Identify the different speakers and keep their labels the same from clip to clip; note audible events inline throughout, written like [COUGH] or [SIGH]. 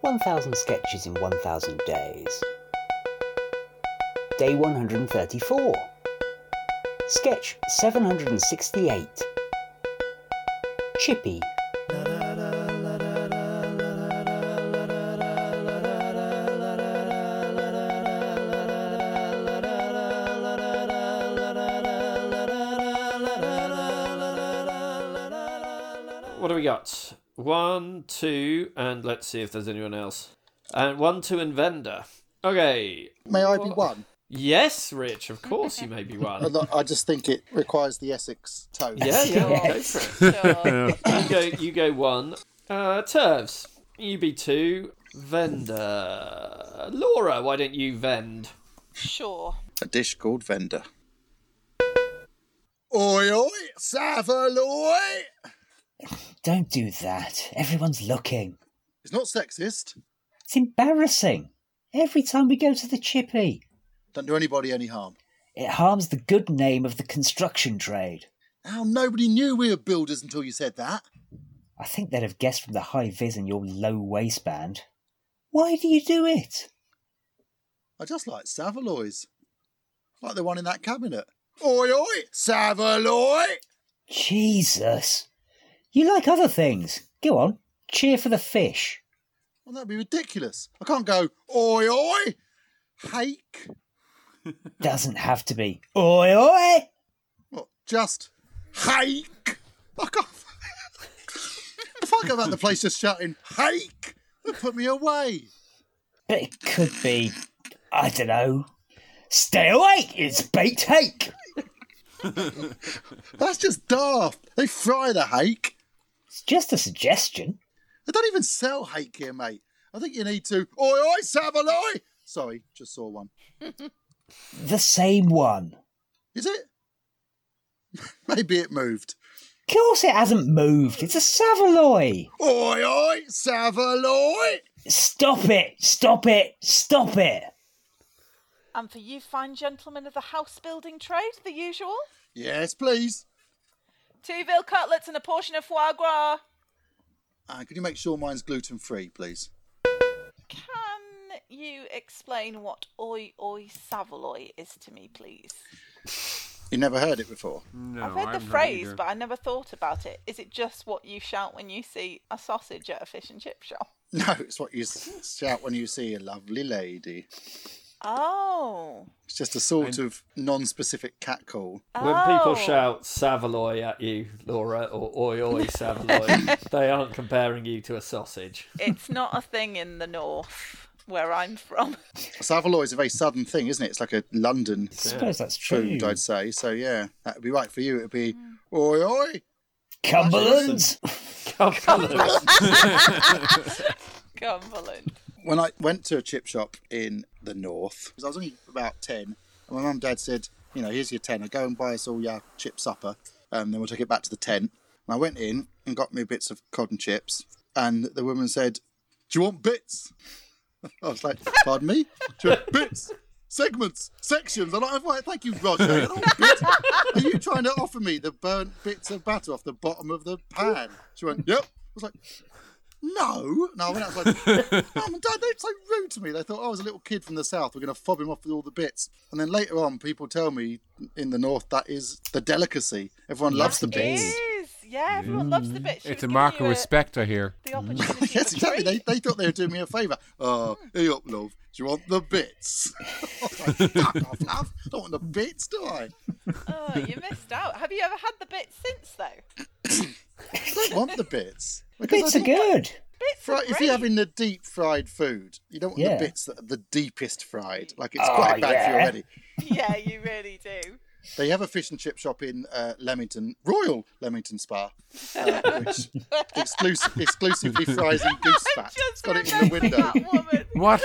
Speaker 1: 1000 Sketches in 1000 Days. Day 134. Sketch 768. Chippy.
Speaker 2: What do we got? One, two, and let's see if there's anyone else. And one, two, and vendor. Okay.
Speaker 3: May I be one?
Speaker 2: Yes, Rich. Of course, you may be
Speaker 3: I
Speaker 2: one.
Speaker 3: don't- I just think it requires the Essex tone.
Speaker 2: Yeah, yeah. Go for it.
Speaker 4: Sure.
Speaker 2: you go you go one. Uh Turves, you be two. Vendor. Laura, why don't you vend?
Speaker 4: sure.
Speaker 5: A dish called vendor.
Speaker 3: Oi, oi, Savaloy!
Speaker 1: Don't do that. Everyone's looking.
Speaker 3: It's not sexist.
Speaker 1: It's embarrassing. Every time we go to the chippy,
Speaker 3: Don't do anybody any harm.
Speaker 1: it harms the good name of the construction trade.
Speaker 3: Now, nobody knew we were builders until you said that.
Speaker 1: I think they'd have guessed from the high vis and your low waistband. Why do you do it?
Speaker 3: I just like Savaloys. Like the one in that cabinet. Oi, oi, Savaloy!
Speaker 1: Jesus. You like other things. Go on, cheer for the fish.
Speaker 3: Well, that'd be ridiculous. I can't go, oi, oi, hake.
Speaker 1: Doesn't have to be. Oi, oi!
Speaker 3: Well, just hake. Fuck off. if I go about the place just shouting, hake, they'll put me away.
Speaker 1: But it could be, I don't know. Stay awake, it's baked hake.
Speaker 3: That's just daft. They fry the hake.
Speaker 1: It's just a suggestion.
Speaker 3: They don't even sell hake here, mate. I think you need to, oi, oi, Savaloy. Sorry, just saw one.
Speaker 1: The same one.
Speaker 3: Is it? [LAUGHS] Maybe it moved.
Speaker 1: Of course it hasn't moved. It's a Savaloy.
Speaker 3: Oi, oi, Savaloy!
Speaker 1: Stop it, stop it, stop it.
Speaker 4: And for you fine gentlemen of the house building trade, the usual.
Speaker 3: Yes, please.
Speaker 4: Two veal cutlets and a portion of foie gras.
Speaker 3: Uh, can you make sure mine's gluten free, please?
Speaker 4: Can you explain what oi oi savaloy is to me, please?
Speaker 3: You never heard it before.
Speaker 6: No,
Speaker 4: I've heard
Speaker 6: I
Speaker 4: the
Speaker 6: haven't
Speaker 4: phrase,
Speaker 6: either.
Speaker 4: but I never thought about it. Is it just what you shout when you see a sausage at a fish and chip shop?
Speaker 3: [LAUGHS] No, it's what you s- shout when you see a lovely lady.
Speaker 4: Oh.
Speaker 3: It's just a sort of non specific catcall.
Speaker 2: When people
Speaker 4: Oh.
Speaker 2: shout Savaloy at you, Laura, or Oi Oi Savaloy, they aren't comparing you to a sausage.
Speaker 4: It's not a thing in the north where I'm from. [LAUGHS]
Speaker 3: Savaloy is a very southern thing, isn't it? It's like a London
Speaker 1: I suppose that's true.
Speaker 3: food, I'd say. So, yeah, that would be right for you. It would be, oi, oi.
Speaker 1: Cumberland.
Speaker 2: Cumberland.
Speaker 4: Cumberland.
Speaker 3: when I went to a chip shop in the north, 'cause I was only about 10, and my mum and dad said, you know, here's your tenner, go and buy us all your chip supper, and then we'll take it back to the tent. And I went in and got me bits of cotton chips, and the woman said, Do you want bits? [LAUGHS] I was like, Pardon me? Do you want bits? Segments, sections. I'm like, "Right, thank you, Roger. I don't want bits. Are you trying to offer me the burnt bits of batter off the bottom of the pan? She went, Yep. I was like, no. No, I went outside. Mum and Dad, they're so rude to me. They thought I was a little kid from the South. We're going to fob him off with all the bits. And then later on, people tell me in the North that is the delicacy. Everyone loves the
Speaker 4: It
Speaker 3: bits.
Speaker 4: is. Yeah, everyone loves the bit. She
Speaker 6: It's
Speaker 4: was
Speaker 6: a
Speaker 4: giving
Speaker 6: mark
Speaker 4: you
Speaker 6: of respect, I hear.
Speaker 4: The [LAUGHS] opportunity
Speaker 3: [LAUGHS] Yes,
Speaker 4: for free.
Speaker 3: exactly. They, they thought they were doing me a favour.
Speaker 4: [LAUGHS]
Speaker 3: Oh, hey up, love. Do you want the bits? [LAUGHS] I was like, Fuck off, love. I don't want the bits, do I?
Speaker 4: Oh, you missed out. Have you ever had the bit since though?
Speaker 3: I don't want the bits. Because I
Speaker 1: Bits are
Speaker 3: think
Speaker 1: good.
Speaker 4: Bits
Speaker 3: fri-
Speaker 4: are
Speaker 3: if
Speaker 4: great.
Speaker 3: you're having the deep fried food, you don't want
Speaker 1: Yeah.
Speaker 3: the bits that are the deepest fried. Like it's
Speaker 1: Oh,
Speaker 3: quite bad for you
Speaker 1: yeah.
Speaker 3: already.
Speaker 4: Yeah, you really do.
Speaker 3: They have a fish and chip shop in uh, Leamington, Royal Leamington Spa, uh,
Speaker 4: [LAUGHS]
Speaker 3: which exclusive, exclusively fries in goose fat. It's
Speaker 4: Just
Speaker 3: got it in the
Speaker 4: remembering
Speaker 3: window.
Speaker 4: that woman. [LAUGHS]
Speaker 6: What?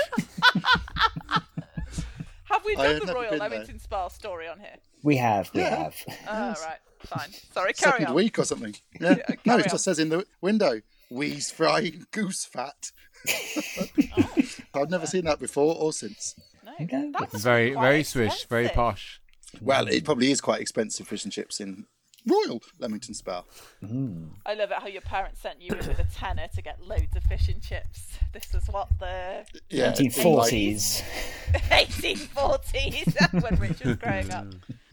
Speaker 4: Have we
Speaker 3: I
Speaker 4: done
Speaker 3: have
Speaker 4: the
Speaker 3: never
Speaker 4: Royal
Speaker 3: been there.
Speaker 4: Leamington Spa story on here?
Speaker 1: We have, we
Speaker 3: Yeah.
Speaker 1: have.
Speaker 4: Oh, right. Fine. Sorry, carry
Speaker 3: Second
Speaker 4: on.
Speaker 3: week or
Speaker 4: [LAUGHS]
Speaker 3: something. Yeah.
Speaker 4: Yeah,
Speaker 3: no,
Speaker 4: carry
Speaker 3: it
Speaker 4: on.
Speaker 3: just says in the window, Wheeze fry in goose
Speaker 4: [LAUGHS]
Speaker 3: fat. I've never seen that before or since.
Speaker 4: No,
Speaker 1: No.
Speaker 4: that must
Speaker 6: Very,
Speaker 4: be quite
Speaker 6: very swish, very
Speaker 4: expensive.
Speaker 6: posh.
Speaker 3: Well, it probably is quite expensive fish and chips in Royal Leamington Spa.
Speaker 4: I love it how your parents sent you in with a tenner to get loads of fish and chips. This was what the [LAUGHS]
Speaker 3: Yeah,
Speaker 1: Nineteen forties.
Speaker 4: 1840s [LAUGHS] when Rich was growing
Speaker 3: [LAUGHS]
Speaker 4: up.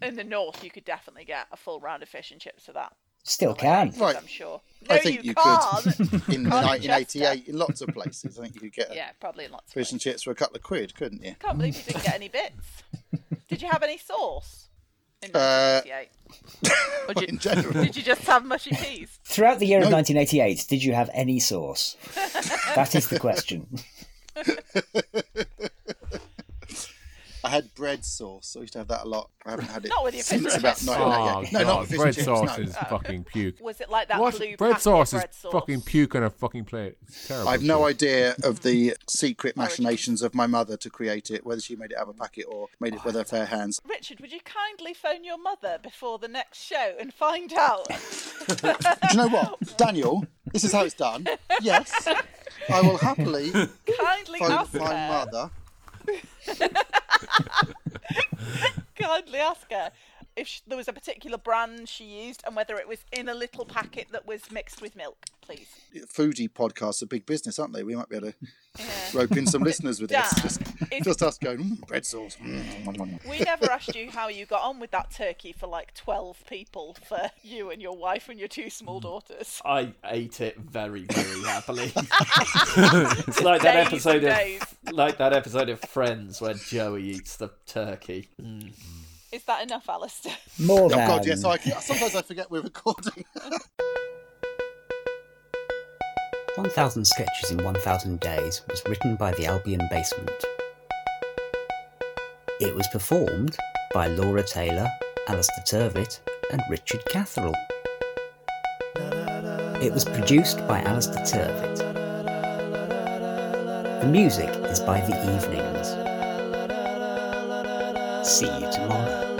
Speaker 4: In the north, you could definitely get a full round of fish and chips for that.
Speaker 1: Still can.
Speaker 3: Right.
Speaker 4: I'm sure. No,
Speaker 3: I think
Speaker 4: you,
Speaker 3: you [LAUGHS]
Speaker 4: can't.
Speaker 3: could in 1988 in lots of places. I think you could get
Speaker 4: yeah, probably in lots
Speaker 3: fish
Speaker 4: of places.
Speaker 3: and chips for a couple of quid, couldn't you? [LAUGHS]
Speaker 4: Can't believe you didn't get any bits. Did you have any sauce in
Speaker 3: Uh,
Speaker 4: 1988? Or
Speaker 3: [LAUGHS]
Speaker 4: did,
Speaker 3: In
Speaker 4: you,
Speaker 3: general,
Speaker 4: did you just have mushy peas?
Speaker 1: Throughout the year of
Speaker 3: No.
Speaker 1: 1988, did you have any sauce? that is the question.
Speaker 3: I had bread sauce. I used to have that a lot. I haven't had it
Speaker 4: Not with your fish
Speaker 3: since
Speaker 4: and
Speaker 3: about
Speaker 4: chips.
Speaker 5: Oh,
Speaker 3: 1988. no, not
Speaker 5: God,
Speaker 3: with fish
Speaker 5: bread
Speaker 3: and chips.
Speaker 5: sauce
Speaker 3: no.
Speaker 5: is fucking puke.
Speaker 4: Was it like that
Speaker 5: What?
Speaker 4: blue
Speaker 5: Bread
Speaker 4: packet
Speaker 5: sauce
Speaker 4: bread
Speaker 5: is
Speaker 4: sauce?
Speaker 5: fucking puke on a fucking plate. It's terrible.
Speaker 3: I have no idea of the secret machinations of my mother to create it, whether she made it out of a packet or made it with her fair hands.
Speaker 4: Richard, would you kindly phone your mother before the next show and find out?
Speaker 3: Do you know what, Daniel? This is how it's done. Yes, I will
Speaker 4: [LAUGHS]
Speaker 3: happily phone
Speaker 4: kindly
Speaker 3: my
Speaker 4: ask her.
Speaker 3: mother.
Speaker 4: Kindly ask her if sh there was a particular brand she used and whether it was in a little packet that was mixed with milk, please.
Speaker 3: Foodie podcasts are big business, aren't they? We might be able to
Speaker 4: Yeah.
Speaker 3: rope
Speaker 4: [LAUGHS]
Speaker 3: in some listeners with
Speaker 4: Dan,
Speaker 3: this. Just,
Speaker 4: if-
Speaker 3: [LAUGHS] just us going mm, bread sauce. mm."
Speaker 4: We never asked you how you got on with that turkey for like 12 people for you and your wife and your two
Speaker 5: Mm.
Speaker 4: small daughters.
Speaker 2: I ate it very,
Speaker 4: [LAUGHS]
Speaker 2: very happily. it's like that
Speaker 4: Days
Speaker 2: episode
Speaker 4: and
Speaker 2: of
Speaker 4: days.
Speaker 2: like that episode of Friends where Joey eats the turkey. Mm.
Speaker 4: Is that enough, Alistair?
Speaker 1: More than.
Speaker 3: Oh God, yes. I, sometimes I forget we're recording.
Speaker 6: 1000 Sketches in 1000 Days was written by the Albion Basement. It was performed by Laura Taylor, Alistair Turvitt, and Richard Catherall. It was produced by Alistair Turvitt. The music is by The Evenings. See you tomorrow.